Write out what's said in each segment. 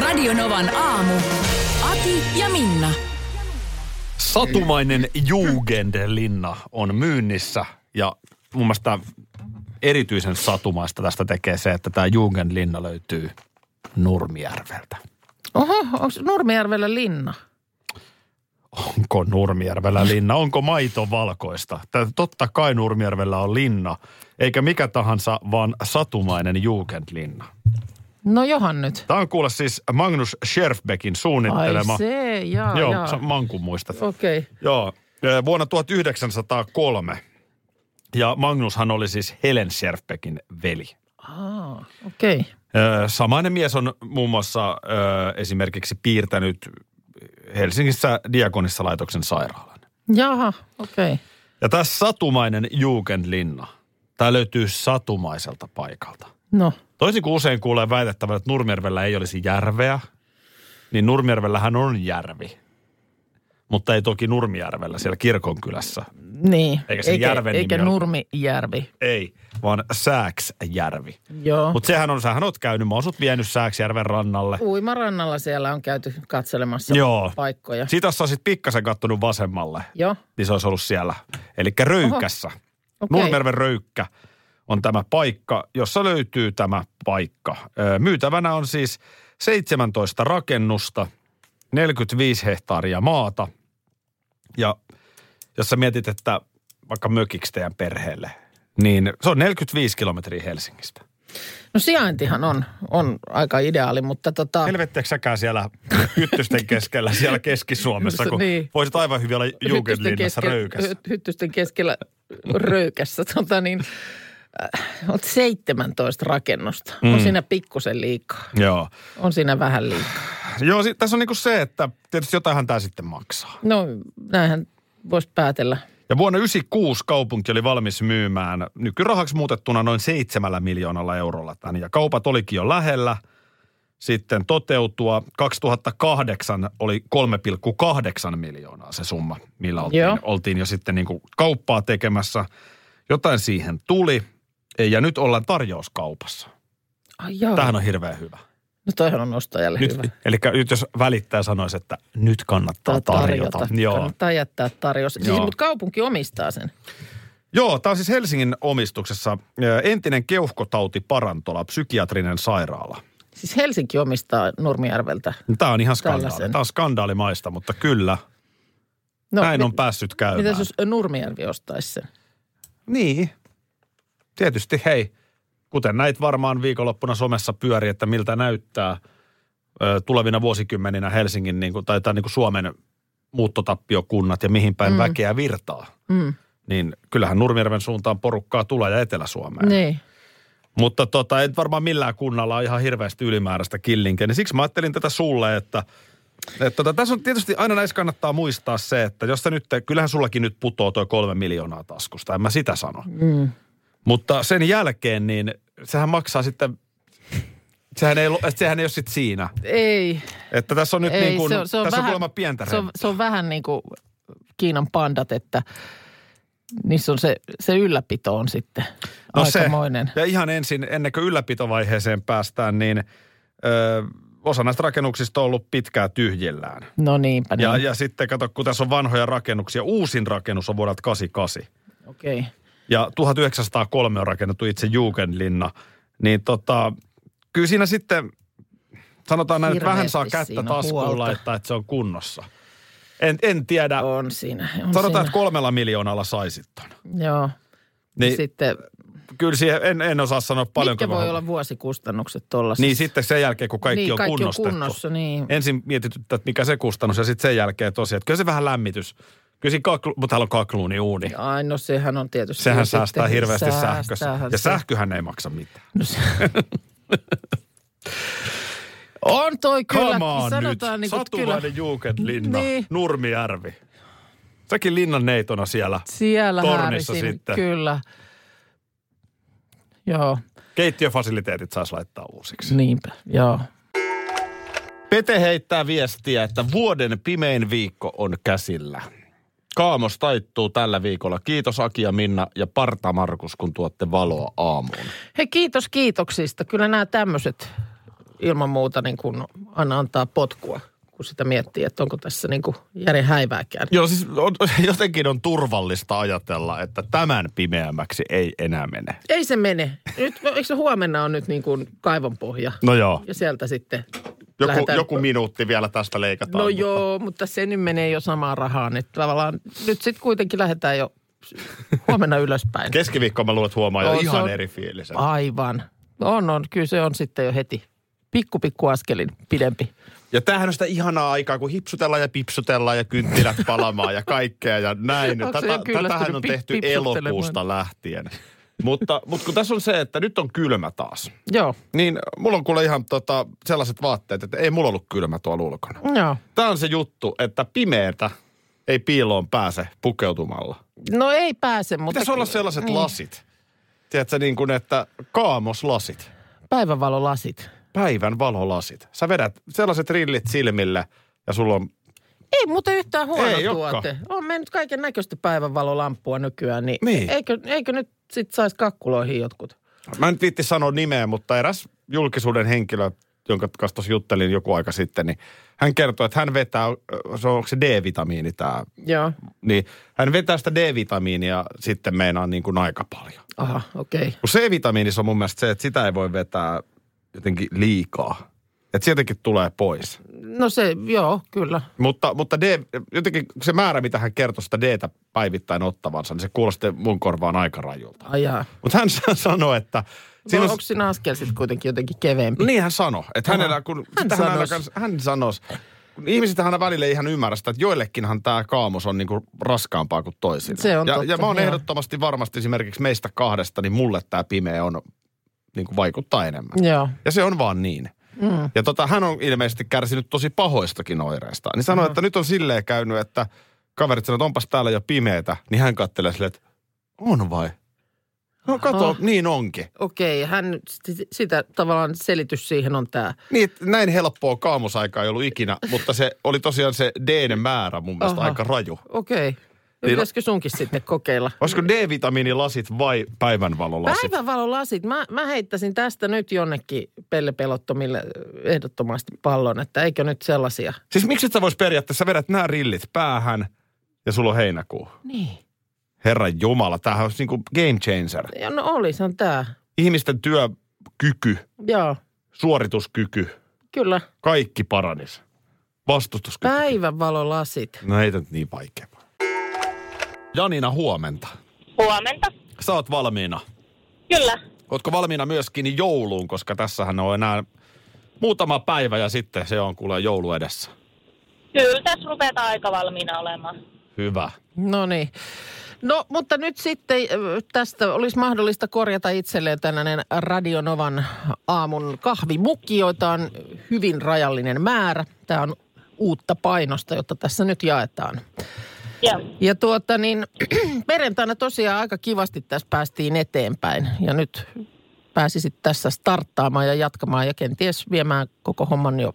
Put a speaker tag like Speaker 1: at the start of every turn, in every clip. Speaker 1: Radionovan aamu. Ati ja Minna.
Speaker 2: Satumainen Jugendlinna on myynnissä ja mun mielestä tää erityisen satumaista tästä tekee se, että tämä Jugendlinna löytyy Nurmijärveltä.
Speaker 3: Oho, onko Nurmijärvellä linna?
Speaker 2: Onko Nurmijärvellä linna? Onko maito valkoista? Tää, totta kai Nurmijärvellä on linna, eikä mikä tahansa, vaan satumainen Jugendlinna.
Speaker 3: No johan nyt.
Speaker 2: Tämä on kuule siis Magnus Scherfbeckin suunnittelema.
Speaker 3: Ai se, jaa,
Speaker 2: Joo,
Speaker 3: jaa.
Speaker 2: sä mankun muistat.
Speaker 3: Okei.
Speaker 2: Joo, eh, vuonna 1903. Ja Magnushan oli siis Helen Scherfbeckin veli.
Speaker 3: Aa, Okei.
Speaker 2: Eh, Samainen mies on muun muassa eh, esimerkiksi piirtänyt Helsingissä Diakonissalaitoksen sairaalan.
Speaker 3: Jaha, okei.
Speaker 2: Ja tässä satumainen Jugendlinna, tämä löytyy satumaiselta paikalta.
Speaker 3: No,
Speaker 2: Toisin kuin usein kuulee väitettävän, että Nurmijärvellä ei olisi järveä, niin Nurmijärvellähän on järvi. Mutta ei toki Nurmijärvellä siellä kirkonkylässä,
Speaker 3: niin.
Speaker 2: Eikä sen
Speaker 3: eikä,
Speaker 2: järven
Speaker 3: Eikä
Speaker 2: nimi ole-
Speaker 3: Nurmijärvi.
Speaker 2: Ei, vaan Sääksjärvi.
Speaker 3: Joo. Mut...
Speaker 2: Mutta sehän on, sähän oot käynyt, mä oon sut vienyt Sääksjärven rannalle.
Speaker 3: Uimarannalla siellä on käyty katselemassa
Speaker 2: Joo.
Speaker 3: paikkoja.
Speaker 2: Siitä jos sä olisit pikkasen kattonut vasemmalle,
Speaker 3: Joo,
Speaker 2: niin se olisi ollut siellä. Eli Röykässä.
Speaker 3: okei.
Speaker 2: Nurmijärven Röykkä on tämä paikka, jossa löytyy tämä paikka. Öö, Myytävänä on siis 17 rakennusta, 45 hehtaaria maata. Ja jos sä mietit, että vaikka mökiksi teidän perheelle, niin se on 45 kilometriä Helsingistä.
Speaker 3: No sijaintihan on, on aika ideaali, mutta tota...
Speaker 2: Helvettiäkö säkään siellä hyttysten keskellä, siellä Keski-Suomessa, kun
Speaker 3: Niin.
Speaker 2: voisit aivan hyvin olla Jugendlinnassa
Speaker 3: keske-
Speaker 2: röykässä.
Speaker 3: hy- Hyttysten keskellä röykässä. Tota niin, äh, on 17 rakennusta. Mm. On siinä pikkusen liikaa.
Speaker 2: Joo.
Speaker 3: On siinä vähän liikaa.
Speaker 2: Joo, si- tässä on niinku se, että tietysti jotainhan tämä sitten maksaa.
Speaker 3: No näinhän voisi päätellä.
Speaker 2: Ja vuonna 1996 kaupunki oli valmis myymään nykyrahaksi muutettuna noin seitsemällä miljoonalla eurolla tämän. Ja kaupat olikin jo lähellä sitten toteutua. 2008 oli 3,8 miljoonaa se summa, millä oltiin,
Speaker 3: Joo.
Speaker 2: oltiin jo sitten niin kuin kauppaa tekemässä. Jotain siihen tuli ja nyt ollaan tarjouskaupassa.
Speaker 3: Ai joo.
Speaker 2: Tämähän on hirveän hyvä.
Speaker 3: No toihan on ostajalle
Speaker 2: Nyt,
Speaker 3: hyvä.
Speaker 2: eli nyt jos välittää sanoisi, että nyt kannattaa tarjota. Joo.
Speaker 3: Kannattaa jättää tarjous. Siis,
Speaker 2: Joo.
Speaker 3: mutta kaupunki omistaa sen.
Speaker 2: Joo, tämä on siis Helsingin omistuksessa ö, entinen keuhkotautiparantola, psykiatrinen sairaala.
Speaker 3: Siis Helsinki omistaa Nurmijärveltä.
Speaker 2: Tämä on ihan skandaali.
Speaker 3: Tällaisen.
Speaker 2: Tämä on skandaalimaista, mutta kyllä, no, näin
Speaker 3: mi-
Speaker 2: on päässyt käymään.
Speaker 3: Mitäs jos Nurmijärvi ostaisi sen?
Speaker 2: Niin, tietysti hei, kuten näit varmaan viikonloppuna somessa pyöri, että miltä näyttää ö, tulevina vuosikymmeninä Helsingin niin kuin, tai, tai niin kuin Suomen muuttotappiokunnat ja mihin päin mm. väkeä virtaa.
Speaker 3: Mm.
Speaker 2: Niin kyllähän Nurmijärven suuntaan porukkaa tulee ja Etelä-Suomeen.
Speaker 3: Niin.
Speaker 2: Mutta tota, et varmaan millään kunnalla ole ihan hirveästi ylimääräistä killinkeä. Niin siksi mä ajattelin tätä sulle, että, että tota, tässä on tietysti aina näissä kannattaa muistaa se, että jos sä nyt, kyllähän sullakin nyt putoo toi kolme miljoonaa taskusta, en mä sitä sano.
Speaker 3: Mm.
Speaker 2: Mutta sen jälkeen niin sehän maksaa sitten, sehän ei, lo- sehän ei ole sitten siinä.
Speaker 3: Ei.
Speaker 2: Että tässä on nyt
Speaker 3: Ei,
Speaker 2: niin kuin,
Speaker 3: se on- se on
Speaker 2: tässä on
Speaker 3: vähän-
Speaker 2: kuulemma pientä
Speaker 3: se on, se on vähän niin kuin Kiinan pandat, että niissä on se, se ylläpito on sitten no aikamoinen. Se.
Speaker 2: Ja ihan ensin, ennen kuin ylläpitovaiheeseen päästään, niin ö, osa näistä rakennuksista on ollut pitkään tyhjillään.
Speaker 3: No niinpä
Speaker 2: Ja,
Speaker 3: niin.
Speaker 2: ja sitten kato, kun tässä on vanhoja rakennuksia, uusin rakennus on vuodelta 88.
Speaker 3: Okei. Okay.
Speaker 2: Ja 1903 on rakennettu itse Jugendlinna. Niin tota, kyllä siinä sitten, sanotaan näin, että vähän
Speaker 3: Hirveästi
Speaker 2: saa kättä
Speaker 3: siinä
Speaker 2: taskuun
Speaker 3: huolta.
Speaker 2: laittaa, että se on kunnossa. En, en tiedä, on
Speaker 3: On siinä. On
Speaker 2: sanotaan, että
Speaker 3: siinä.
Speaker 2: kolmella miljoonalla saisit ton.
Speaker 3: Joo.
Speaker 2: Niin
Speaker 3: Niin, sitten,
Speaker 2: kyllä siihen, en, en osaa sanoa paljonko.
Speaker 3: mitkä voi
Speaker 2: mä-
Speaker 3: olla vuosikustannukset tuollaisessa?
Speaker 2: Niin sitten sen jälkeen, kun kaikki,
Speaker 3: niin,
Speaker 2: on,
Speaker 3: kaikki on
Speaker 2: kunnostettu.
Speaker 3: kunnossa. Niin.
Speaker 2: ensin mietityttää, että mikä se kustannus, ja sitten sen jälkeen tosiaan, että kyllä se vähän lämmitys. Kyllä siinä kaklu, mutta täällä on kakluuni uuni.
Speaker 3: Ai no sehän on tietysti.
Speaker 2: Sehän
Speaker 3: jo
Speaker 2: säästää
Speaker 3: sitten-
Speaker 2: hirveästi sähkössä.
Speaker 3: säästäähän
Speaker 2: Ja
Speaker 3: se.
Speaker 2: sähköhän ei maksa mitään.
Speaker 3: No se- on toi kyllä.
Speaker 2: Come on nyt.
Speaker 3: sanotaan niin kuin, kyllä
Speaker 2: Satumainen Juuketlinna,
Speaker 3: Niin.
Speaker 2: Nurmijärvi. Säkin linnan neitona siellä.
Speaker 3: siellä
Speaker 2: tornissa
Speaker 3: häärisin.
Speaker 2: sitten.
Speaker 3: Kyllä. Joo.
Speaker 2: Keittiöfasiliteetit saisi laittaa uusiksi.
Speaker 3: Niinpä, joo.
Speaker 2: Pete heittää viestiä, että vuoden pimein viikko on käsillä. Kaamos taittuu tällä viikolla. Kiitos Aki ja Minna ja Parta Markus, kun tuotte valoa aamuun.
Speaker 3: Hei kiitos kiitoksista. Kyllä nämä tämmöiset ilman muuta niin kuin aina antaa potkua, kun sitä miettii, että onko tässä niin kuin järjen häivääkään.
Speaker 2: Joo, siis on, jotenkin on turvallista ajatella, että tämän pimeämmäksi ei enää mene.
Speaker 3: Ei se mene. Nyt, eikö se huomenna on nyt niin kuin kaivon pohja?
Speaker 2: No joo,
Speaker 3: Ja sieltä sitten
Speaker 2: joku,
Speaker 3: lähdetään-
Speaker 2: joku minuutti vielä tästä leikataan.
Speaker 3: No
Speaker 2: mutta-
Speaker 3: joo, mutta se nyt menee jo samaan rahaan. Että tavallaan nyt sitten kuitenkin lähdetään jo huomenna ylöspäin.
Speaker 2: Keskiviikko mä luulen, että huomaa jo
Speaker 3: On, se
Speaker 2: ihan
Speaker 3: on- Ah.
Speaker 2: eri fiilisen.
Speaker 3: Aivan. On, on. Kyllä se on sitten jo heti. Pikku, pikku askelin pidempi.
Speaker 2: Ja tämähän on sitä ihanaa aikaa, kun hipsutellaan ja pipsutellaan ja kynttilät palamaan ja kaikkea ja näin.
Speaker 3: Onko se
Speaker 2: Tätä,
Speaker 3: jo kyllästynyt
Speaker 2: tätähän on
Speaker 3: pi-
Speaker 2: tehty
Speaker 3: pipsuttelemaan?
Speaker 2: elokuusta lähtien. Mutta, mutta kun tässä on se, että nyt on kylmä taas,
Speaker 3: Joo,
Speaker 2: niin mulla on kuule ihan tota, sellaiset vaatteet, että ei mulla ollut kylmä tuolla ulkona.
Speaker 3: joo.
Speaker 2: Tämä on se juttu, että pimeätä ei piiloon pääse pukeutumalla.
Speaker 3: No ei pääse, mutta...
Speaker 2: Pitäisi olla sellaiset
Speaker 3: niin,
Speaker 2: lasit. Tiedätkö niin kuin, että kaamoslasit.
Speaker 3: Päivänvalolasit.
Speaker 2: Päivän valolasit. Sä vedät sellaiset rillit silmille ja sulla on
Speaker 3: Ei muuten yhtään huono
Speaker 2: Ei olekaan.
Speaker 3: tuote. On me nyt kaiken näköistä päivänvalolamppua nykyään, niin,
Speaker 2: Niin.
Speaker 3: Eikö, eikö nyt sit saisi kakkuloihin jotkut?
Speaker 2: Mä en viitti sanoa nimeä, mutta eräs julkisuuden henkilö, jonka kanssa tuossa juttelin joku aika sitten, niin hän kertoi, että hän vetää, ö, se on, onko se D-vitamiini tämä,
Speaker 3: Joo.
Speaker 2: niin hän vetää sitä D-vitamiinia sitten meinaa niin kuin aika paljon.
Speaker 3: Aha, okei. Okay.
Speaker 2: Kun C-vitamiinissa on mun mielestä se, että sitä ei voi vetää jotenkin liikaa. Että sieltäkin tulee pois.
Speaker 3: No se, joo, kyllä.
Speaker 2: Mutta, mutta D, jotenkin se määrä, mitä hän kertoi sitä D-tä päivittäin ottavansa, niin se kuulosti mun korvaan aika rajulta.
Speaker 3: Ajaa.
Speaker 2: Mutta hän sanoi, että...
Speaker 3: Siinä on... Onko siinä askel sitten kuitenkin jotenkin keveämpi?
Speaker 2: No, Niin hän sanoi, että
Speaker 3: Aha.
Speaker 2: hänellä kun...
Speaker 3: Hän
Speaker 2: sitä aina
Speaker 3: sanos.
Speaker 2: kans- Hän sanos. Kun ihmisethän välillä ei ihan ymmärrä sitä, että joillekinhan tämä kaamos on niinku raskaampaa kuin toisille.
Speaker 3: Se on
Speaker 2: ja,
Speaker 3: totta,
Speaker 2: ja mä oon
Speaker 3: joo.
Speaker 2: ehdottomasti varmasti esimerkiksi meistä kahdesta, niin mulle tämä pimeä on, niinku vaikuttaa enemmän.
Speaker 3: Niin. Joo.
Speaker 2: Ja se on vaan niin.
Speaker 3: Mm.
Speaker 2: Ja tota, hän on ilmeisesti kärsinyt tosi pahoistakin oireista. Niin sanoi, että nyt on silleen käynyt, että kaverit sanoo, että onpas täällä jo pimeetä. Niin hän kattelee silleen, että on vai? No kato,
Speaker 3: Aha.
Speaker 2: niin onkin.
Speaker 3: Okei, hän nyt sit- sitä tavallaan selitys siihen on tämä.
Speaker 2: Niin, että näin helppoa kaamosaikaa ei ollut ikinä, mutta se oli tosiaan se d määrä mun mielestä
Speaker 3: Aha.
Speaker 2: aika raju.
Speaker 3: Okei. No
Speaker 2: Niin-
Speaker 3: Pitäisikö sunkin sitten kokeilla?
Speaker 2: Olisiko D-vitamiinilasit vai päivänvalolasit?
Speaker 3: Päivänvalolasit. Mä, mä heittäisin tästä nyt jonnekin pellepelottomille ehdottomasti pallon, että eikö nyt sellaisia.
Speaker 2: Siis miksi et sä vois periaatteessa, sä vedät nämä rillit päähän ja sulla on heinäkuu.
Speaker 3: Niin.
Speaker 2: Herran Jumala, tämähän olisi niinku game changer.
Speaker 3: Ja no oli, se on tää.
Speaker 2: Ihmisten työkyky,
Speaker 3: Joo,
Speaker 2: suorituskyky,
Speaker 3: kyllä.
Speaker 2: kaikki paranis. Vastustuskyky.
Speaker 3: Päivänvalolasit.
Speaker 2: No ei tää nyt niin vaikea. Janina, huomenta.
Speaker 4: Huomenta.
Speaker 2: Sä oot valmiina.
Speaker 4: Kyllä.
Speaker 2: Ootko valmiina myöskin jouluun, koska tässähän on enää muutama päivä ja sitten se on kuule joulu edessä.
Speaker 4: Kyllä tässä rupeaa aika valmiina olemaan.
Speaker 2: Hyvä.
Speaker 3: No niin. No, mutta nyt sitten ö, tästä olisi mahdollista korjata itselleen tällainen Radionovan aamun kahvimukki, joita on hyvin rajallinen määrä. Tämä on uutta painosta, jota tässä nyt jaetaan.
Speaker 4: Joo.
Speaker 3: Ja tuota niin, perjantaina tosiaan aika kivasti tässä päästiin eteenpäin. Ja nyt pääsisit tässä starttaamaan ja jatkamaan ja kenties viemään koko homman jo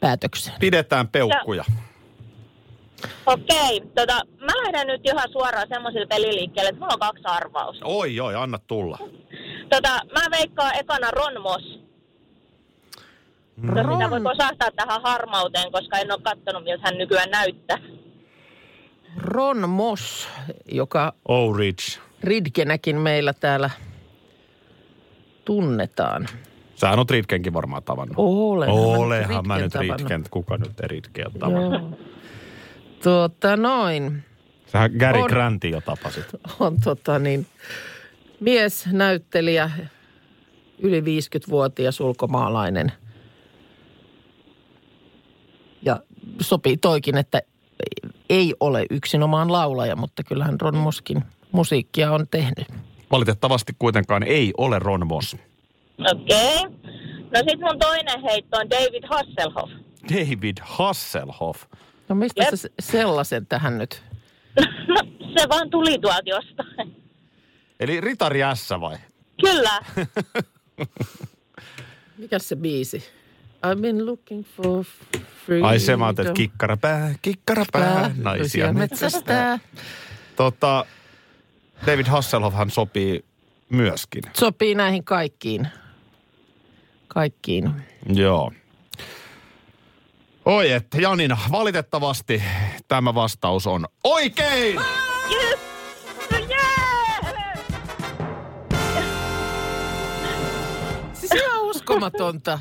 Speaker 3: päätökseen.
Speaker 2: Pidetään peukkuja.
Speaker 4: Okei. Tota, mä lähden nyt ihan suoraan semmoisille peliliikkeelle, että mulla on kaksi arvausta.
Speaker 2: Oi, oi, anna tulla.
Speaker 4: Tota, mä veikkaan ekana Ron Moss.
Speaker 2: No
Speaker 4: Ron.
Speaker 3: Mm.
Speaker 4: Sitä voi kosahtaa tähän harmauteen, koska en ole kattonut, miltä hän nykyään näyttää.
Speaker 3: Ron Moss, joka
Speaker 2: Oh, Rich.
Speaker 3: Ridgenäkin meillä täällä tunnetaan.
Speaker 2: Sähän on Ritkenkin varmaan tavannut.
Speaker 3: Olen.
Speaker 2: Olehan mä nyt Ritken. Kuka nyt ei Ritkeä ole tavannut?
Speaker 3: Tuota noin.
Speaker 2: Sähän Gary
Speaker 3: On.
Speaker 2: Grantin jo tapasit.
Speaker 3: On tota niin, mies, näyttelijä, yli 50-vuotias ulkomaalainen. Ja sopii toikin, että ei ole yksinomaan laulaja, mutta kyllähän Ron Muskin musiikkia on tehnyt.
Speaker 2: Valitettavasti kuitenkaan ei ole Ron Moss.
Speaker 4: Okei. No sit mun toinen heitto on David Hasselhoff.
Speaker 2: David Hasselhoff.
Speaker 3: No mistä
Speaker 4: Jep.
Speaker 3: Jep. sä sellaisen tähän nyt?
Speaker 4: No, se vaan tuli tuolta jostain.
Speaker 2: Eli Ritari S vai?
Speaker 4: Kyllä.
Speaker 3: Mikä se biisi? I've been looking for freedom.
Speaker 2: Ai se mä ajattelin, että kikkarapää, kikkarapää, naisia metsästää. Tota, David Hasselhoffhan sopii myöskin.
Speaker 3: Sopii näihin kaikkiin. Kaikkiin.
Speaker 2: Joo. Oi et, Janina, valitettavasti tämä vastaus on oikein!
Speaker 4: Yes! No jee!
Speaker 3: Siis ihan uskomatonta.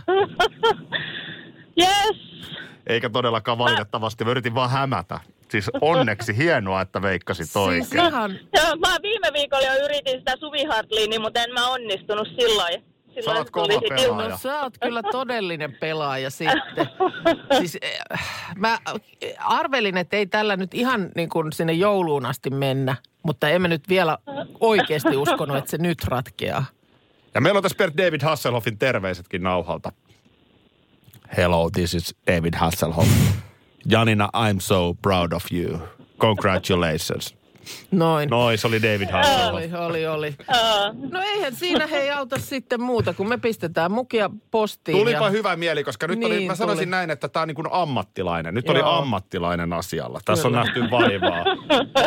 Speaker 4: Yes!
Speaker 2: Eikä todellakaan valitettavasti, mä yritin vaan hämätä. Siis onneksi hienoa, että veikkasit
Speaker 3: Siis
Speaker 2: oikein.
Speaker 3: ihan,
Speaker 4: Joo, mä viime viikolla jo yritin sitä Suvi Hartliini, mutta en mä onnistunut silloin.
Speaker 2: Sä
Speaker 4: Silloin
Speaker 2: oot kova
Speaker 4: tuli sit
Speaker 2: pelaaja.
Speaker 3: no sä oot kyllä todellinen pelaaja sitten. Siis eh, mä arvelin, että ei tällä nyt ihan niin kuin sinne jouluun asti mennä, mutta emme nyt vielä oikeasti uskonut, että se nyt ratkeaa.
Speaker 2: Ja meillä on tässä Bert David Hasselhoffin terveisetkin nauhalta. Hello, this is David Hasselhoff. Janina, I'm so proud of you. Congratulations.
Speaker 3: Noin.
Speaker 2: Noi, se oli David Hasselhoff.
Speaker 3: Oli, oli, oli.
Speaker 4: Joo.
Speaker 3: No eihän siinä hei auta sitten muuta, kun me pistetään mukia postiin.
Speaker 2: Tulipa
Speaker 3: ja...
Speaker 2: hyvä mieli, koska nyt oli,
Speaker 3: Niin,
Speaker 2: mä sanoisin
Speaker 3: tuli.
Speaker 2: näin, että tämä on niin kuin ammattilainen. Nyt oli
Speaker 3: Joo.
Speaker 2: ammattilainen asialla. Tässä on
Speaker 3: Kyllä.
Speaker 2: nähty vaivaa.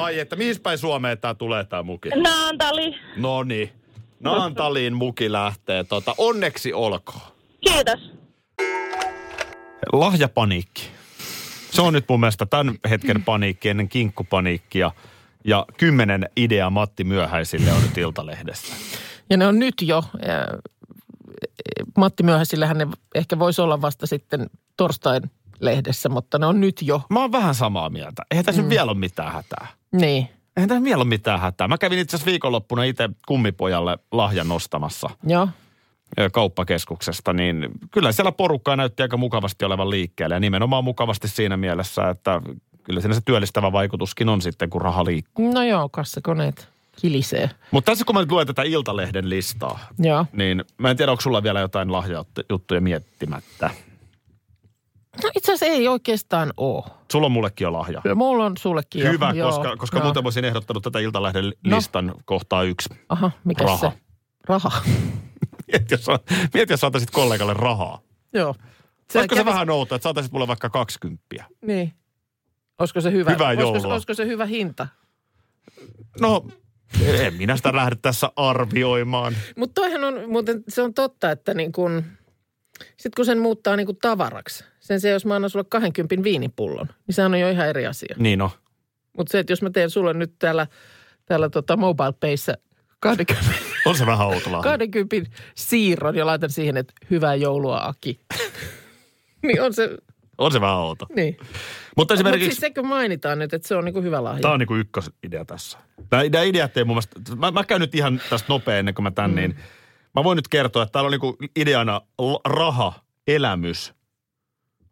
Speaker 2: Ai, että mihin päin Suomeen tämä tulee tämä muki?
Speaker 4: Naantali.
Speaker 2: No niin. Naantaliin muki lähtee. Tota, onneksi olkoon.
Speaker 4: Kiitos.
Speaker 2: lahjapaniikki. Se on nyt mun mielestä tämän hetken paniikki ennen kinkkupaniikkia. Ja kymmenen idea Matti Myöhäisille on nyt Iltalehdessä.
Speaker 3: Ja ne on nyt jo. äh, Matti Myöhäisillähän ne ehkä voisi olla vasta sitten torstain lehdessä, mutta ne on nyt jo.
Speaker 2: Mä oon vähän samaa mieltä. Eihän tässä mm. vielä ole mitään hätää.
Speaker 3: Niin,
Speaker 2: Eihän tässä vielä ole mitään hätää. Mä kävin itse asiassa viikonloppuna itse kummipojalle lahjan nostamassa
Speaker 3: joo.
Speaker 2: ö, kauppakeskuksesta, niin kyllä siellä porukkaa näytti aika mukavasti olevan liikkeellä. Ja nimenomaan mukavasti siinä mielessä, että kyllä siinä se työllistävä vaikutuskin on sitten, kun raha liikkuu.
Speaker 3: No joo, kassakoneet kilisee.
Speaker 2: Mutta tässä kun mä nyt luen tätä Iltalehden listaa,
Speaker 3: Joo.
Speaker 2: Niin, mä en tiedä, onko sulla vielä jotain lahjajuttuja miettimättä.
Speaker 3: No itse asiassa ei oikeastaan ole.
Speaker 2: Sulla on mullekin jo lahja.
Speaker 3: Mulla on sullekin jo.
Speaker 2: Hyvä,
Speaker 3: Joo,
Speaker 2: koska, koska
Speaker 3: joo.
Speaker 2: muuten mä olisin ehdottanut tätä Iltalehden li-
Speaker 3: No.
Speaker 2: listan kohtaa yksi.
Speaker 3: Aha, mikä
Speaker 2: Raha.
Speaker 3: se? Raha.
Speaker 2: Mieti, jos, mieti, jos saataisit kollegalle rahaa.
Speaker 3: joo.
Speaker 2: Olisiko se
Speaker 3: kävi-
Speaker 2: vähän outoa, että saataisit mulle vaikka 20?
Speaker 3: Niin. Olisiko se hyvä?
Speaker 2: Hyvää
Speaker 3: olisiko,
Speaker 2: joulua.
Speaker 3: olisiko se hyvä hinta?
Speaker 2: No, en minä sitä lähde tässä arvioimaan.
Speaker 3: Mutta toihan on, muuten se on totta, että niin kun, sit kun sen muuttaa niin kun tavaraksi, sen se, jos mä annan sulle 20 viinipullon, niin sehän on jo ihan eri asia.
Speaker 2: Niin on.
Speaker 3: Mutta se, että jos mä teen sulle nyt täällä, täällä tota mobile payssä 20,
Speaker 2: On se vähän outo lahja.
Speaker 3: 20 siirron ja laitan siihen, että hyvää joulua Aki. niin on se,
Speaker 2: On se vähän outo.
Speaker 3: niin.
Speaker 2: Mutta
Speaker 3: Mutta
Speaker 2: esimerkiksi...
Speaker 3: siis sekö mainitaan nyt, että se on niin kuin hyvä lahja.
Speaker 2: Tämä on niin kuin ykkösidea tässä. Nämä ideat ei mun mielestä, mä, mä käyn nyt ihan tästä nopea ennen kuin mä tän, mm. niin mä voin nyt kertoa, että täällä on niin kuin ideana l- raha, elämys,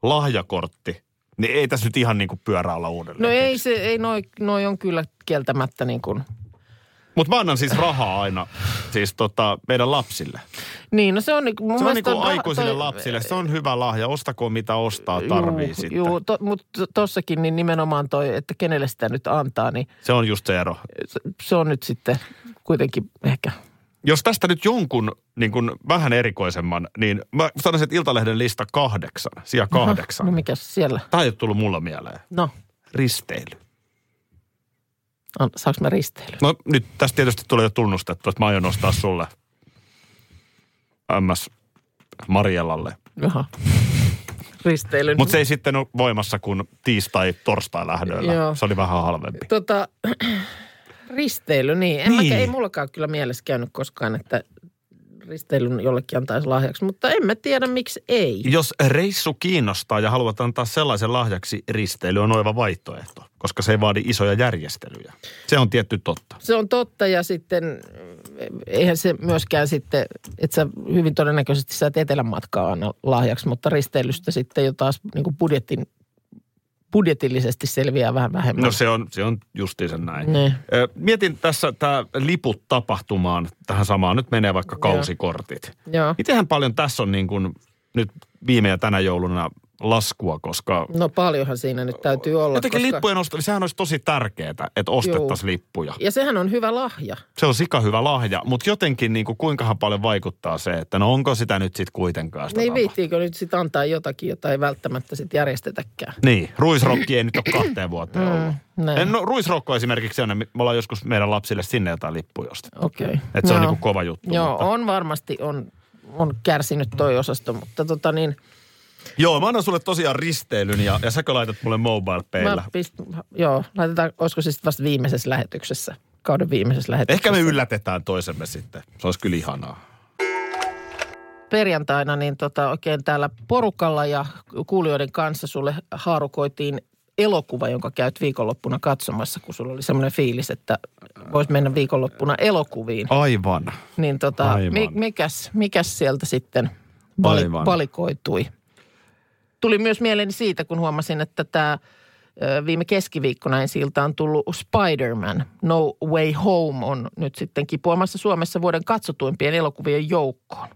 Speaker 2: lahjakortti. Niin ei tässä nyt ihan niin kuin pyörä olla
Speaker 3: No
Speaker 2: uudelleen.
Speaker 3: ei se, ei noi, noi on kyllä kieltämättä niin kuin
Speaker 2: Mutta mä annan siis rahaa aina, siis tota, meidän lapsille.
Speaker 3: Niin, no se on niinku, mun
Speaker 2: Se on niin
Speaker 3: mielestä
Speaker 2: kuin
Speaker 3: rah-
Speaker 2: aikuisille
Speaker 3: toi-
Speaker 2: lapsille, se on hyvä lahja, ostakoon mitä ostaa, tarvii
Speaker 3: juu,
Speaker 2: sitten.
Speaker 3: Juu, to, mutta tossakin niin nimenomaan toi, että kenelle sitä nyt antaa, niin
Speaker 2: Se on just se ero.
Speaker 3: se, se on nyt sitten kuitenkin ehkä.
Speaker 2: Jos tästä nyt jonkun niin kuin vähän erikoisemman, niin mä sanoisin, että Iltalehden lista kahdeksan, sija kahdeksan.
Speaker 3: No mikä siellä?
Speaker 2: Tämä ei ole tullut mulla mieleen.
Speaker 3: No,
Speaker 2: Risteily.
Speaker 3: an- saanko mä risteily?
Speaker 2: No nyt tästä tietysti tulee jo tunnustettu, että mä aion ostaa sulle MS Marjellalle.
Speaker 3: Jaha. Risteily.
Speaker 2: Mutta se ei sitten ole voimassa kuin tiistai, torstai lähdöillä. Joo.
Speaker 3: Joo.
Speaker 2: Se oli vähän halvempi.
Speaker 3: Tota, risteily, niin. En
Speaker 2: Niin.
Speaker 3: niin. Mä, ei mullakaan kyllä mielessä käynyt koskaan, että risteilyn jollekin antaisi lahjaksi, mutta en mä tiedä miksi ei.
Speaker 2: Jos reissu kiinnostaa ja haluat antaa sellaisen lahjaksi, risteily on oiva vaihtoehto, koska se ei vaadi isoja järjestelyjä. Se on tietty totta.
Speaker 3: Se on totta ja sitten mm, eihän se myöskään sitten, että sä hyvin todennäköisesti sä et etelämatkaa aina lahjaksi, mutta risteilystä sitten jo taas niin kuin budjetin, budjetillisesti selviää vähän vähemmän.
Speaker 2: No se on, se on justiinsa näin.
Speaker 3: Niin.
Speaker 2: Ö, Mietin tässä tämä liput tapahtumaan tähän samaan. Nyt menee vaikka kausikortit.
Speaker 3: Joo.
Speaker 2: Mitenhän paljon tässä on niin kuin nyt viime ja tänä jouluna laskua, koska
Speaker 3: No paljonhan siinä nyt täytyy olla.
Speaker 2: jotenkin lippujen ostaminen, sehän olisi tosi tärkeää, että ostettaisiin
Speaker 3: Juu.
Speaker 2: lippuja.
Speaker 3: Ja sehän on hyvä lahja.
Speaker 2: Se on sika hyvä lahja, mutta jotenkin niin kuin kuinkahan paljon vaikuttaa se, että no onko sitä nyt sitten kuitenkaan sitä
Speaker 3: Niin
Speaker 2: tapahtunut?
Speaker 3: viittiinkö nyt sitten antaa jotakin, jota ei välttämättä sitten järjestetäkään.
Speaker 2: Niin, ruisrokki ei nyt ole kahteen vuoteen mm, ollut.
Speaker 3: näin.
Speaker 2: En, no, ruisrokko esimerkiksi on, me ollaan joskus meidän lapsille sinne jotain lippuja ostettu.
Speaker 3: Okei. Okay.
Speaker 2: Et se on niinku kova juttu,
Speaker 3: Joo,
Speaker 2: mutta-
Speaker 3: on varmasti, on, on kärsinyt toi osasto, mutta tota niin,
Speaker 2: Joo, mä annan sulle tosiaan risteilyn ja, ja säkö laitat mulle mobile peillä.
Speaker 3: Mä pist, joo, laitetaan, olisiko se sitten vasta viimeisessä lähetyksessä, kauden viimeisessä lähetyksessä.
Speaker 2: Ehkä me yllätetään toisemme sitten. Se olisi kyllä ihanaa.
Speaker 3: Perjantaina niin tota, oikein täällä porukalla ja kuulijoiden kanssa sulle haarukoitiin elokuva, jonka käyt viikonloppuna katsomassa, kun sulla oli semmoinen fiilis, että voisi mennä viikonloppuna elokuviin.
Speaker 2: Aivan.
Speaker 3: Niin tota,
Speaker 2: Aivan.
Speaker 3: mi, mikäs, mikäs sieltä sitten vali,
Speaker 2: Aivan.
Speaker 3: valikoitui? Tuli myös mieleeni siitä, kun huomasin, että tämä viime keskiviikkona ensi on tullut Spider-Man No Way Home on nyt sitten kipuamassa Suomessa vuoden katsotuimpien elokuvien joukkoon.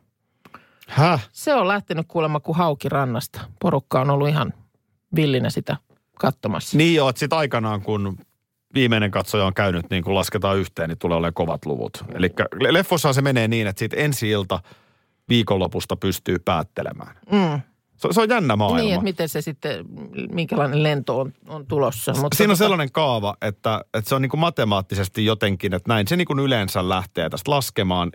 Speaker 2: Häh?
Speaker 3: Se on lähtenyt kuulemma kuin hauki rannasta. Porukka on ollut ihan villinä sitä katsomassa.
Speaker 2: Niin joo, että sit aikanaan kun viimeinen katsoja on käynyt, niin kun lasketaan yhteen, niin tulee olemaan kovat luvut. Eli leffossa se menee niin, että siitä ensi ilta viikonlopusta pystyy päättelemään.
Speaker 3: Mm.
Speaker 2: Se, se on jännä maailma.
Speaker 3: Niin, että miten se sitten, minkälainen lento on, on tulossa. Mutta
Speaker 2: Siinä on
Speaker 3: tota-
Speaker 2: sellainen kaava, että, että se on niin kuin matemaattisesti jotenkin, että näin se niin kuin yleensä lähtee tästä laskemaan,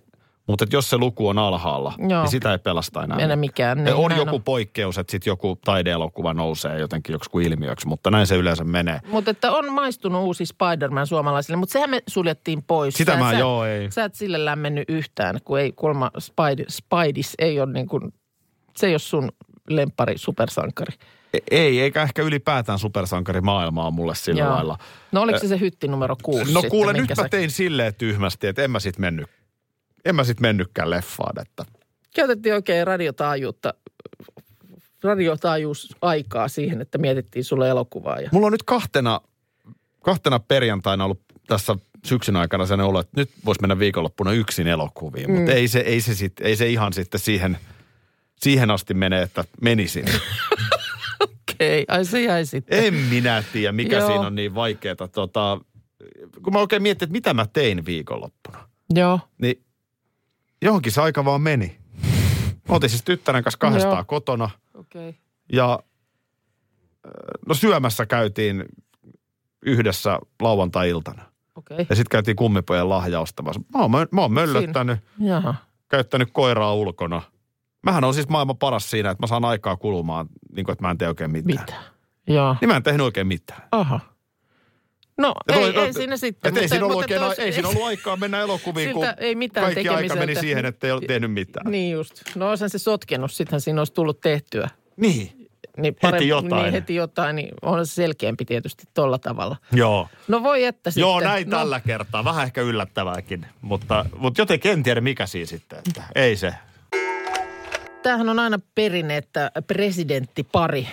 Speaker 2: mutta että jos se luku on alhaalla,
Speaker 3: Joo.
Speaker 2: niin sitä ei pelasta enää.
Speaker 3: Enää mikään, niin,
Speaker 2: on
Speaker 3: näin
Speaker 2: joku
Speaker 3: on.
Speaker 2: poikkeus, että sitten joku taideelokuva nousee jotenkin joksikin ilmiöksi, mutta näin se yleensä menee.
Speaker 3: Mutta että on maistunut uusi Spider-Man suomalaisille, mutta sehän me suljettiin pois.
Speaker 2: Sitä
Speaker 3: sä,
Speaker 2: mä-
Speaker 3: sä,
Speaker 2: joo, ei.
Speaker 3: Sä et sille lämmennyt yhtään, kun ei kuulemma Spide, Spideis ei ole niin kuin, se ei ole sun lempari supersankari.
Speaker 2: E- Ei, eikä ehkä ylipäätään supersankarimaailmaa mulle sillä
Speaker 3: Joo.
Speaker 2: lailla.
Speaker 3: No oliko se se hytti numero kuusi
Speaker 2: No
Speaker 3: sitten,
Speaker 2: kuule, nyt
Speaker 3: minkä
Speaker 2: mä
Speaker 3: sä-
Speaker 2: tein silleen tyhmästi, että en mä sit mennyt, en mä sit mennytkään leffaan, että
Speaker 3: Käytettiin oikein radiotaajuutta, radiotaajuusaikaa siihen, että mietittiin sulle elokuvaa. Ja...
Speaker 2: Mulla on nyt kahtena, kahtena perjantaina ollut tässä syksyn aikana sen olo, että nyt voisi mennä viikonloppuna yksin elokuviin,
Speaker 3: Mm.
Speaker 2: mutta ei se, ei, se sit, ei se ihan sitten siihen, siihen asti mene, että menisin.
Speaker 3: Okei, ai se jäi sitten.
Speaker 2: en minä tiedä, mikä
Speaker 3: Joo.
Speaker 2: siinä on niin vaikeaa. Tota, kun mä oikein mietin, että mitä mä tein viikonloppuna,
Speaker 3: Joo.
Speaker 2: niin johonkin se aika vaan meni. Mä oltiin siis tyttären kanssa kahdestaan
Speaker 3: Joo.
Speaker 2: kotona
Speaker 3: Okei. Okay.
Speaker 2: ja ö, no syömässä käytiin yhdessä lauantai-iltana.
Speaker 3: Okei. Okay.
Speaker 2: Ja sitten käytiin kummipojan lahja ostamassa. Mä oon, mä oon möllöttänyt,
Speaker 3: Jaha.
Speaker 2: käyttänyt koiraa ulkona. Mähän on siis maailman paras siinä, että mä saan aikaa kulumaan, niin kuin, että mä en tee oikein mitään.
Speaker 3: Mitä? Joo.
Speaker 2: Niin mä en tehnyt oikein mitään.
Speaker 3: Aha. No,
Speaker 2: Ja
Speaker 3: ei,
Speaker 2: toi-
Speaker 3: ei siinä sitten.
Speaker 2: Et ei, siinä ollut oikein, no,
Speaker 3: tos-
Speaker 2: ei siinä ollut aikaa mennä elokuviin, kun
Speaker 3: Siltä ei mitään
Speaker 2: kaikki aika meni
Speaker 3: tekemiseltä.
Speaker 2: siihen, että ei ole tehnyt mitään.
Speaker 3: Niin just. No olisihan se sotkenut, sittenhän siinä olisi tullut tehtyä.
Speaker 2: niin.
Speaker 3: Niin
Speaker 2: jotain.
Speaker 3: Niin heti jotain, niin on se selkeämpi tietysti tolla tavalla.
Speaker 2: Joo.
Speaker 3: No voi että sitten.
Speaker 2: Joo, näin
Speaker 3: no,
Speaker 2: tällä kertaa. Vähän ehkä yllättävääkin, mutta, mutta jotenkin en tiedä mikä siinä sitten. Että ei se.
Speaker 3: Tämähän on aina perinne, että presidenttipari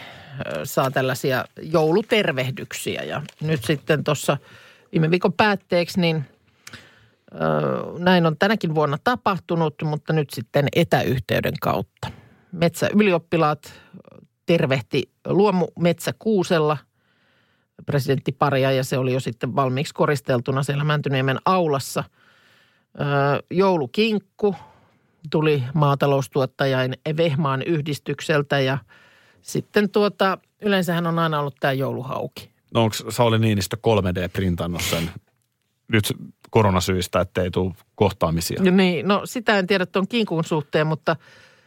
Speaker 3: ö, saa tällaisia joulutervehdyksiä. Ja nyt sitten tuossa viime viikon päätteeksi, niin ö, näin on tänäkin vuonna tapahtunut, mutta nyt sitten etäyhteyden kautta. Metsäylioppilaat ö, tervehti luomumetsäkuusella presidenttiparia ja se oli jo sitten valmiiksi koristeltuna siellä Mäntyniemen aulassa. Ö, joulukinkku tuli maataloustuottajain Vehmaan yhdistykseltä ja sitten tuota, yleensähän on aina ollut tämä jouluhauki.
Speaker 2: No onko Sauli Niinistö 3D-printannut sen nyt koronasyistä, ettei tule kohtaamisia?
Speaker 3: Ja niin, no sitä en tiedä tuon kinkun suhteen, mutta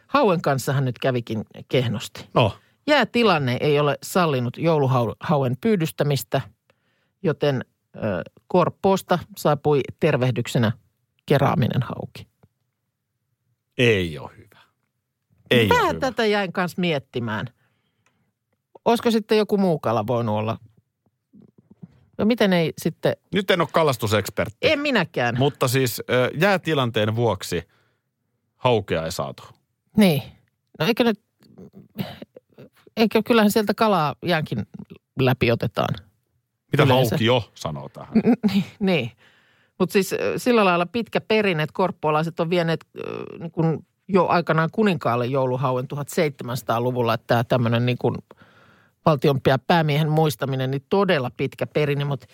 Speaker 3: hauen kanssahan nyt kävikin kehnosti.
Speaker 2: No,
Speaker 3: Jäätilanne ei ole sallinut jouluhauen pyydystämistä, joten ö, Korppoosta saapui tervehdyksenä keraaminen hauki.
Speaker 2: ei ole hyvä. Ei ole
Speaker 3: Vähän
Speaker 2: hyvä.
Speaker 3: tätä jäin kanssa miettimään. Olisiko sitten joku muu kala voinut olla? No miten ei sitten,
Speaker 2: Nyt en ole kalastusekspertti,
Speaker 3: en minäkään. Mut.
Speaker 2: mutta siis ö, jäätilanteen vuoksi haukea ei saatu.
Speaker 3: Niin. No eikö nyt, eikö kyllähän sieltä kalaa jäänkin läpi otetaan.
Speaker 2: Mitä
Speaker 3: Yleensä.
Speaker 2: hauki jo sanoo tähän?
Speaker 3: Niin. Mutta siis ö, sillä lailla pitkä perinne, että korppuolaiset on vieneet ö, niin kun jo aikanaan kuninkaalle jouluhauen 1700-luvulla, että tämmöinen niin kun valtion pää- päämiehen muistaminen, niin todella pitkä perinne, mutta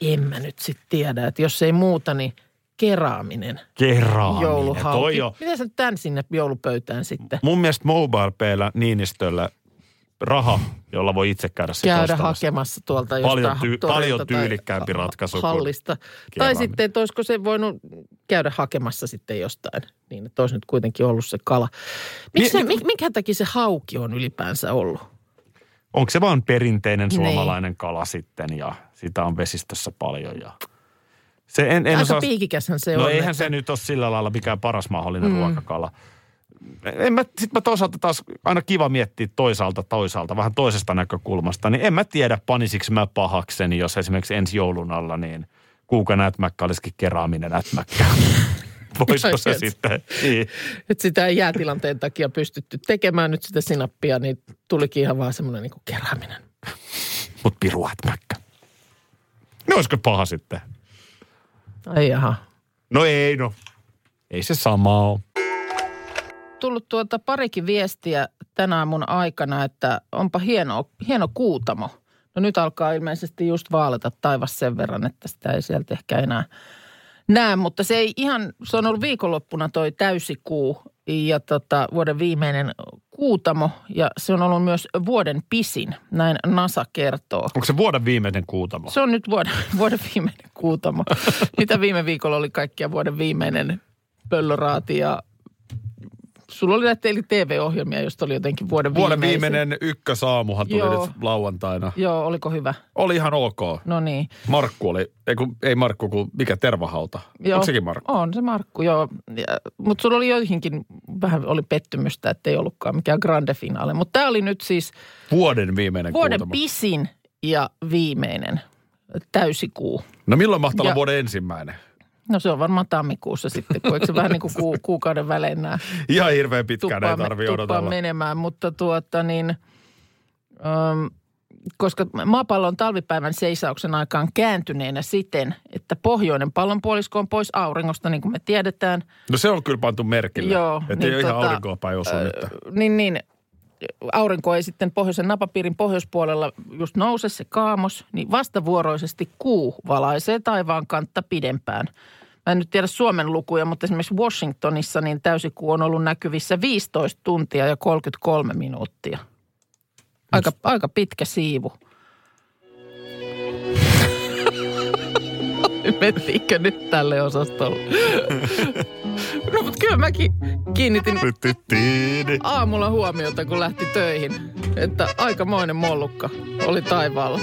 Speaker 3: en mä nyt sitten tiedä, että jos ei muuta, niin keraaminen,
Speaker 2: Kerran.
Speaker 3: jouluhauki.
Speaker 2: Toi on.
Speaker 3: Miten sä nyt tämän sinne joulupöytään sitten?
Speaker 2: Mun mielestä mobile Payllä Niinistöllä raha, jolla voi itse käydä se
Speaker 3: käydä
Speaker 2: ostamassa.
Speaker 3: hakemassa tuolta
Speaker 2: Paljon
Speaker 3: jostain
Speaker 2: tyy-
Speaker 3: torilta
Speaker 2: paljon
Speaker 3: tai
Speaker 2: tyylikkäämpi ratkaisu kuin
Speaker 3: Hallista. Tai
Speaker 2: kelaaminen.
Speaker 3: sitten, että olisiko se voinut käydä hakemassa sitten jostain, niin että olisi nyt kuitenkin ollut se kala. Miksi,
Speaker 2: Niin-
Speaker 3: mi, minkä takia se hauki on ylipäänsä ollut?
Speaker 2: Onko se vaan perinteinen
Speaker 3: Niin.
Speaker 2: suomalainen kala sitten ja sitä on vesistössä paljon ja... Se en, en
Speaker 3: Aika
Speaker 2: osaa...
Speaker 3: piikikäshän se
Speaker 2: no
Speaker 3: on.
Speaker 2: eihän
Speaker 3: että-
Speaker 2: se nyt ole sillä lailla mikään paras mahdollinen mm. ruokakala. En mä, sit mä toisaalta taas, aina kiva miettiä toisaalta toisaalta, vähän toisesta näkökulmasta, niin en mä tiedä panisiksi mä pahakseni, jos esimerkiksi ensi joulun alla niin kuukan ätmäkkä olisikin keraaminen ätmäkkä.
Speaker 3: Niin
Speaker 2: Voisiko se
Speaker 3: Oikein.
Speaker 2: sitten? Niin.
Speaker 3: Nyt sitä ei jäätilanteen takia pystytty tekemään nyt sitä sinappia, niin tulikin ihan vaan semmoinen niin kerääminen.
Speaker 2: Mut piru ätmäkkä. No olisiko paha sitten?
Speaker 3: Ai jaha.
Speaker 2: No ei no. Ei se sama ole.
Speaker 3: Tullut tuota parikin viestiä tänä aamun aikana, että onpa hieno, hieno kuutamo. No nyt alkaa ilmeisesti just vaalata taivas sen verran, että sitä ei sieltä ehkä enää näe, mutta se ei ihan, se on ollut viikonloppuna toi täysikuu ja tota, vuoden viimeinen kuutamo ja se on ollut myös vuoden pisin, näin NASA kertoo.
Speaker 2: Onko se vuoden viimeinen kuutamo?
Speaker 3: Se on nyt vuoden, vuoden viimeinen kuutamo. Mitä viime viikolla oli kaikkia vuoden viimeinen pöllöraati ja sulla oli näitä eli TV-ohjelmia, josta oli jotenkin vuoden,
Speaker 2: Vuoden
Speaker 3: viimeisin.
Speaker 2: viimeinen ykkösaamuhan tuli
Speaker 3: Joo.
Speaker 2: nyt lauantaina.
Speaker 3: Joo, oliko hyvä?
Speaker 2: Oli ihan ok.
Speaker 3: No niin.
Speaker 2: Markku oli, ei, kun, ei Markku, kun mikä tervahauta.
Speaker 3: Joo.
Speaker 2: Onko sekin Markku?
Speaker 3: On se Markku, joo. Mutta sulla oli joihinkin, vähän oli pettymystä, että ei ollutkaan mikään grande finaali. Mutta tämä oli nyt siis
Speaker 2: Vuoden viimeinen
Speaker 3: vuoden
Speaker 2: kuutama.
Speaker 3: pisin ja viimeinen täysikuu.
Speaker 2: No milloin mahtaa olla
Speaker 3: Ja-
Speaker 2: vuoden ensimmäinen?
Speaker 3: No se on varmaan tammikuussa sitten, kun eikö se vähän niin kuin ku, kuukauden välein nämä
Speaker 2: Ihan hirveän pitkään ei
Speaker 3: tuppaan,
Speaker 2: tarvitse
Speaker 3: tuppaan
Speaker 2: odotella.
Speaker 3: menemään, mutta tuota niin, äm, koska maapallo on talvipäivän seisauksen aikaan kääntyneenä siten, että pohjoinen pallonpuolisko on pois auringosta, niin kuin me tiedetään.
Speaker 2: No se on kyllä pantu merkille,
Speaker 3: Joo,
Speaker 2: että
Speaker 3: niin
Speaker 2: ei ole ihan
Speaker 3: tota,
Speaker 2: aurinkoa päin osu nyt.
Speaker 3: Ö, Niin, niin. Aurinko ei sitten pohjoisen napapiirin pohjoispuolella just nouse se kaamos, niin vastavuoroisesti kuu valaisee taivaan kantta pidempään. Mä en nyt tiedä Suomen lukuja, mutta esimerkiksi Washingtonissa niin täysikuu on ollut näkyvissä 15 tuntia ja 33 minuuttia. Aika, aika pitkä siivu. Mettiinkö nyt tälle osastolle? no mutta kyllä mäkin kiinnitin aamulla huomiota, kun lähti töihin. Että aikamoinen mollukka oli taivaalla.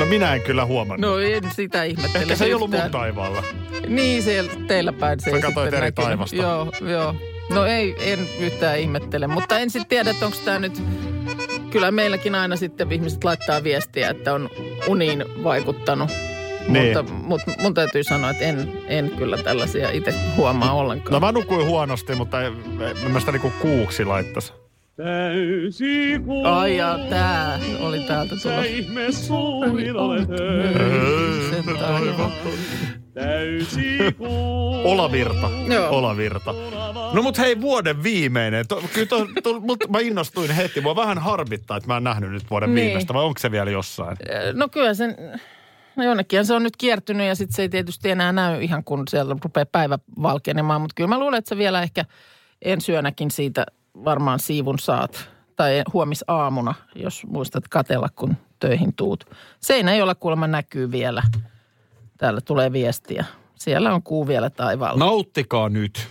Speaker 2: No minä en kyllä huomannut.
Speaker 3: No en sitä ihmettele.
Speaker 2: Ehkä se ei ollut mun
Speaker 3: yhtään.
Speaker 2: taivaalla.
Speaker 3: Niin, siellä teillä päin se
Speaker 2: Sä
Speaker 3: ei
Speaker 2: katsoit
Speaker 3: sitten
Speaker 2: eri
Speaker 3: näkynyt.
Speaker 2: taivasta.
Speaker 3: Joo, joo. No ei, en yhtään ihmettele. Mutta en sitten tiedä, että onko tämä nyt... Kyllä meilläkin aina sitten ihmiset laittaa viestiä, että on uniin vaikuttanut.
Speaker 2: Niin.
Speaker 3: Mutta mut, mun täytyy sanoa, että en, en kyllä tällaisia itse huomaa ollenkaan.
Speaker 2: No mä nukuin huonosti, mutta en, en mä sitä niinku kuuksi laittaisi.
Speaker 5: Täysikuu.
Speaker 2: No.
Speaker 3: Ai ja tää oli täältä
Speaker 5: Sä
Speaker 3: tullut.
Speaker 5: ihme suurin olet
Speaker 3: Sen taivaan.
Speaker 5: Täysikuu.
Speaker 2: Olavirta.
Speaker 3: Joo.
Speaker 2: Olavirta. No mut hei, vuoden viimeinen. To, kyllä to, to, mut, mä innostuin heti. Mua vähän harmittaa, että mä en nähnyt nyt vuoden
Speaker 3: Niin.
Speaker 2: viimeistä. Vai onko se vielä jossain?
Speaker 3: No kyllä sen, no jonnekin se on nyt kiertynyt ja sitten se ei tietysti enää näy ihan kun siellä rupeaa päivä valkenemaan. Mutta kyllä mä luulen, että sä vielä ehkä ensi yönäkin siitä varmaan siivun saat. Tai huomisaamuna, jos muistat katella, kun töihin tuut. Seinä ei ole kuulemma näkyy vielä. Täällä tulee viestiä. Siellä on kuu vielä taivaalla.
Speaker 2: No. Nauttikaa nyt.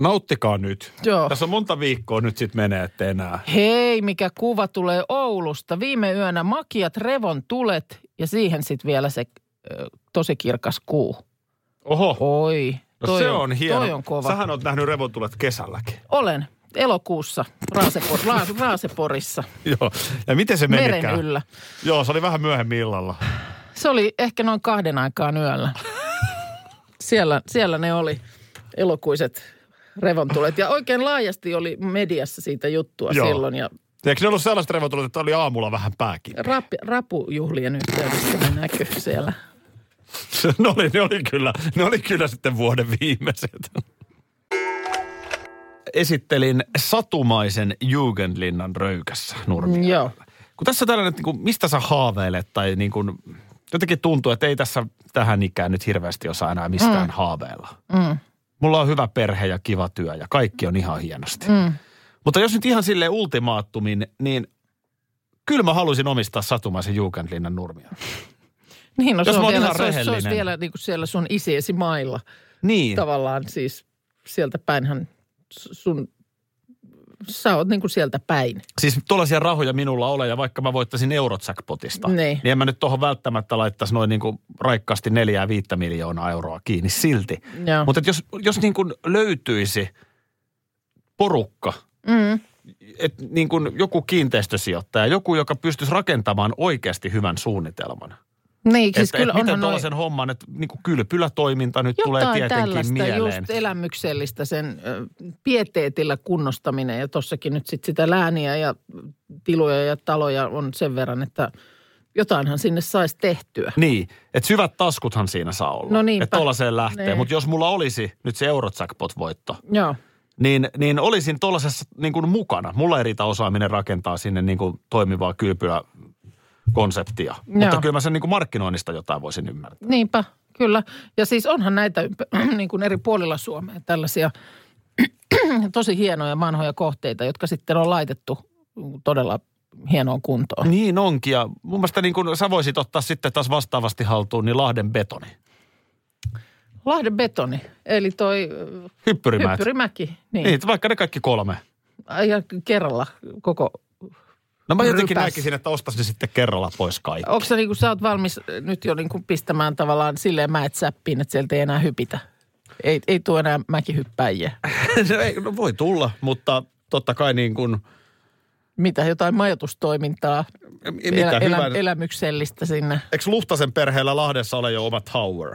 Speaker 2: Nauttikaa nyt.
Speaker 3: Joo.
Speaker 2: Tässä on monta viikkoa nyt sit menee, että enää.
Speaker 3: Hei, mikä kuva tulee Oulusta. Viime yönä makiat revon tulet ja siihen sitten vielä se ö, tosi kirkas kuu.
Speaker 2: Oho,
Speaker 3: Oi.
Speaker 2: no se on hieno.
Speaker 3: Toi on kova.
Speaker 2: Sähän oot nähnyt revontulet kesälläkin.
Speaker 3: Olen elokuussa Raasepor, Raas, Raaseporissa,
Speaker 2: Joo. Ja miten se
Speaker 3: meren
Speaker 2: menikään?
Speaker 3: yllä.
Speaker 2: Joo, se oli vähän myöhemmin illalla.
Speaker 3: Se oli ehkä noin kahden aikaan yöllä. Siellä, siellä ne oli elokuiset revontulet. Ja oikein laajasti oli mediassa siitä juttua
Speaker 2: Joo.
Speaker 3: Joo. silloin. Ja
Speaker 2: Eikö ne ollut sellaiset revontulet, että oli aamulla vähän pääkin?
Speaker 3: rap, rapujuhlien yhteydessä ne näkyy siellä.
Speaker 2: ne, oli, ne, oli kyllä, ne oli kyllä sitten vuoden viimeiset. Esittelin satumaisen Jugendlinnan röykässä nurmia.
Speaker 3: Joo.
Speaker 2: Kun tässä tällainen, että niin kuin, mistä sä haaveilet tai niin kuin, jotenkin tuntuu, että ei tässä tähän ikään nyt hirveästi osaa enää mistään mm. haaveilla.
Speaker 3: Mm.
Speaker 2: Mulla on hyvä perhe ja kiva työ ja kaikki on ihan hienosti. Mm.
Speaker 3: Mm.
Speaker 2: Mutta jos nyt ihan sille ultimaattumin, niin Kyllä mä haluaisin omistaa satumaisen Juukentlinnan nurmia.
Speaker 3: Niin, no
Speaker 2: Jos
Speaker 3: se
Speaker 2: mä
Speaker 3: on
Speaker 2: oon
Speaker 3: vielä,
Speaker 2: ihan
Speaker 3: se olisi, se olisi
Speaker 2: rehellinen.
Speaker 3: vielä niin kuin siellä sun isiesi mailla.
Speaker 2: Niin.
Speaker 3: Tavallaan siis sieltä päinhän s- sun, sä oot niin kuin sieltä päin.
Speaker 2: Siis tuollaisia rahoja minulla ole ja vaikka mä voittaisin Eurojackpotista,
Speaker 3: Niin.
Speaker 2: niin en mä nyt tuohon välttämättä laittaisi noin niin kuin raikkaasti neljää viittä miljoonaa euroa kiinni silti.
Speaker 3: Joo.
Speaker 2: Mutta jos, jos niin kuin löytyisi porukka,
Speaker 3: Mm.
Speaker 2: et niin kuin joku kiinteistösijoittaja, joku, joka pystyisi rakentamaan oikeasti hyvän suunnitelman.
Speaker 3: Niin, siis
Speaker 2: että,
Speaker 3: kyllä
Speaker 2: että miten
Speaker 3: onhan noi-
Speaker 2: tuollaisen homman, että niin kuin kylpylätoiminta nyt tulee
Speaker 3: Jotain
Speaker 2: tietenkin
Speaker 3: tällaista
Speaker 2: mieleen.
Speaker 3: just elämyksellistä sen ö, pieteetillä kunnostaminen ja tossakin nyt sit sitä lääniä ja tiloja ja taloja on sen verran, että jotainhan sinne saisi tehtyä.
Speaker 2: Niin, että syvät taskuthan siinä saa olla.
Speaker 3: No niinpä.
Speaker 2: Että tuollaiseen lähtee.
Speaker 3: Niin.
Speaker 2: Mutta jos mulla olisi nyt se Eurojackpot-voitto,
Speaker 3: Joo,
Speaker 2: niin, niin olisin tuollaisessa niin kuin mukana. Mulla ei riitä osaaminen rakentaa sinne niin kuin toimivaa kylpyä konseptia.
Speaker 3: Joo.
Speaker 2: Mutta kyllä mä sen niin kuin markkinoinnista jotain voisin ymmärtää.
Speaker 3: niinpä, kyllä. Ja siis onhan näitä ympä- niin kuin eri puolilla Suomea tällaisia tosi hienoja vanhoja kohteita, jotka sitten on laitettu todella hienoon kuntoon.
Speaker 2: Niin onkin ja mun mielestä niin kuin sä voisit ottaa sitten taas vastaavasti haltuun niin Lahden betoni.
Speaker 3: Lahden betoni, eli toi ö,
Speaker 2: Hyppyrimäet.
Speaker 3: Hyppyrimäki, niin.
Speaker 2: Niin, vaikka ne kaikki kolme.
Speaker 3: Ai, Ja kerralla koko
Speaker 2: No mä jotenkin
Speaker 3: Rypäs.
Speaker 2: näkisin, että ostaisin ne sitten kerralla pois kaikki.
Speaker 3: Onko se niin kuin, sä oot valmis nyt jo niin kuin pistämään tavallaan silleen mäet säppiin, että sieltä ei enää hypitä? Ei, ei tule enää mäkihyppäjiä.
Speaker 2: no, ei, no voi tulla, mutta totta kai niin kuin,
Speaker 3: Mitä, jotain majoitustoimintaa,
Speaker 2: mitä
Speaker 3: elä, elä,
Speaker 2: hyvän...
Speaker 3: elämyksellistä sinne?
Speaker 2: Eikö Luhtasen perheellä Lahdessa ole jo oma tower?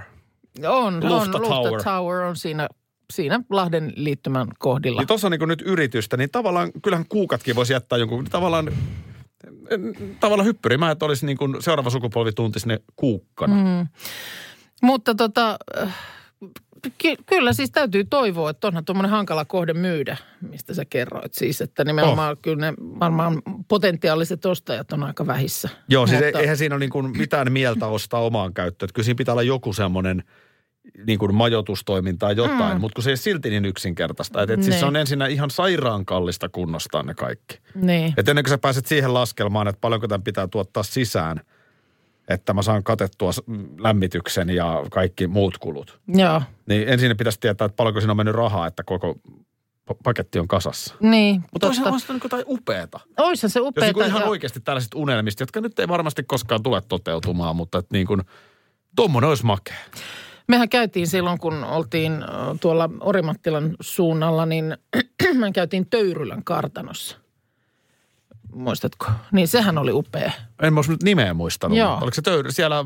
Speaker 3: On,
Speaker 2: Lufta
Speaker 3: on,
Speaker 2: Tower.
Speaker 3: Lufta Tower on siinä, siinä Lahden liittymän kohdilla.
Speaker 2: Niin tuossa on niin nyt yritystä, niin tavallaan kyllähän kuukatkin voisi jättää jonkun, niin tavallaan, tavallaan hyppyrimään, että olisi niin kuin seuraava sukupolvi tuntisi ne kuukkana. Mm.
Speaker 3: Mutta tota, äh, ky- kyllä siis täytyy toivoa, että onhan tuommoinen hankala kohde myydä, mistä sä kerroit. Siis, että nimenomaan oh. kyllä ne varmaan potentiaaliset ostajat on aika vähissä.
Speaker 2: Joo, siis
Speaker 3: Mutta-
Speaker 2: Mutta... eihän siinä ole niin kuin mitään mieltä ostaa omaan käyttöön. Että kyllä siinä pitää olla joku semmoinen niin kuin majoitustoimintaa jotain, mm. mutta kun se ei silti niin yksinkertaista. Että et siis se
Speaker 3: Niin.
Speaker 2: on ensinnä ihan sairaan kallista kunnostaa ne kaikki.
Speaker 3: Niin.
Speaker 2: Et ennen kuin sä pääset siihen laskelmaan, että paljonko tämän pitää tuottaa sisään, että mä saan katettua s- lämmityksen ja kaikki muut kulut.
Speaker 3: Joo,
Speaker 2: Niin ensin pitäisi tietää, että paljonko siinä on mennyt rahaa, että koko pa- paketti on kasassa.
Speaker 3: niin. totta.
Speaker 2: on niin jotain upeeta.
Speaker 3: Oishan se
Speaker 2: Jos
Speaker 3: upeeta.
Speaker 2: niin kuin ihan
Speaker 3: ja-
Speaker 2: oikeasti tällaiset unelmista, jotka nyt ei varmasti koskaan tule toteutumaan, mutta että niin kuin, tuommoinen olisi makea.
Speaker 3: Mehän käytiin silloin, kun oltiin ö, tuolla Orimattilan suunnalla, niin me käytiin Töyrylän kartanossa. Muistatko? Niin sehän oli upea.
Speaker 2: En mä olisi nyt nimeä muistanut.
Speaker 3: Joo.
Speaker 2: Oliko se töyry siellä,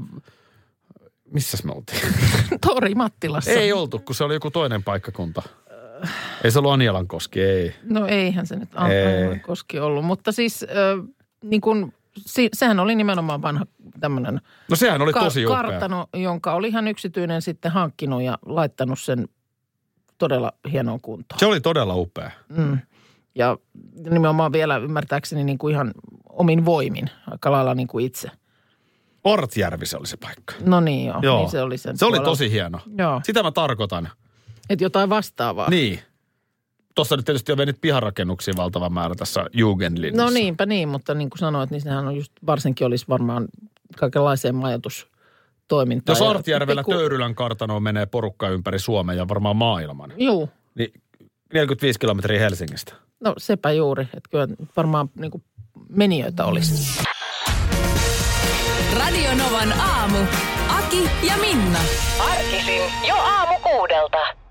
Speaker 2: missäs me oltiin?
Speaker 3: Orimattilassa.
Speaker 2: ei oltu, kun se oli joku toinen paikkakunta. Ei se ollut Anjalankoski, ei.
Speaker 3: No eihän se nyt
Speaker 2: Ei.
Speaker 3: Antti koski ollut, mutta siis ö, niin kun, si, sehän oli nimenomaan vanha tämmöinen
Speaker 2: No sehän oli tosi upea.
Speaker 3: kartano, jonka oli ihan yksityinen sitten hankkinut ja laittanut sen todella hienoon kuntoon.
Speaker 2: Se oli todella upea.
Speaker 3: Mm. Ja nimenomaan vielä ymmärtääkseni niin kuin ihan omin voimin, aika lailla niin kuin itse.
Speaker 2: Ortjärvi se oli se paikka.
Speaker 3: No niin joo,
Speaker 2: Joo.
Speaker 3: Niin se oli sen
Speaker 2: Se oli
Speaker 3: puolella.
Speaker 2: tosi hieno.
Speaker 3: Joo,
Speaker 2: Sitä mä tarkoitan.
Speaker 3: että jotain vastaavaa.
Speaker 2: Niin. Tuossa nyt tietysti on mennyt piharakennuksiin valtava määrä tässä Jugendlinnassa.
Speaker 3: No niinpä niin, mutta niin kuin sanoit, niin sehän on just, varsinkin olisi varmaan kaikenlaiseen majoitustoimintaan.
Speaker 2: Jos
Speaker 3: ja
Speaker 2: Artjärvellä
Speaker 3: pikku-
Speaker 2: Töyrylän kartanoon menee porukka ympäri Suomea ja varmaan maailman,
Speaker 3: Juu,
Speaker 2: niin 45 kilometriä Helsingistä.
Speaker 3: no sepä juuri, että kyllä varmaan niin kuin menijöitä olisi.
Speaker 1: Radio Novan aamu. Aki ja Minna.
Speaker 6: Arkisin jo aamu kuudelta.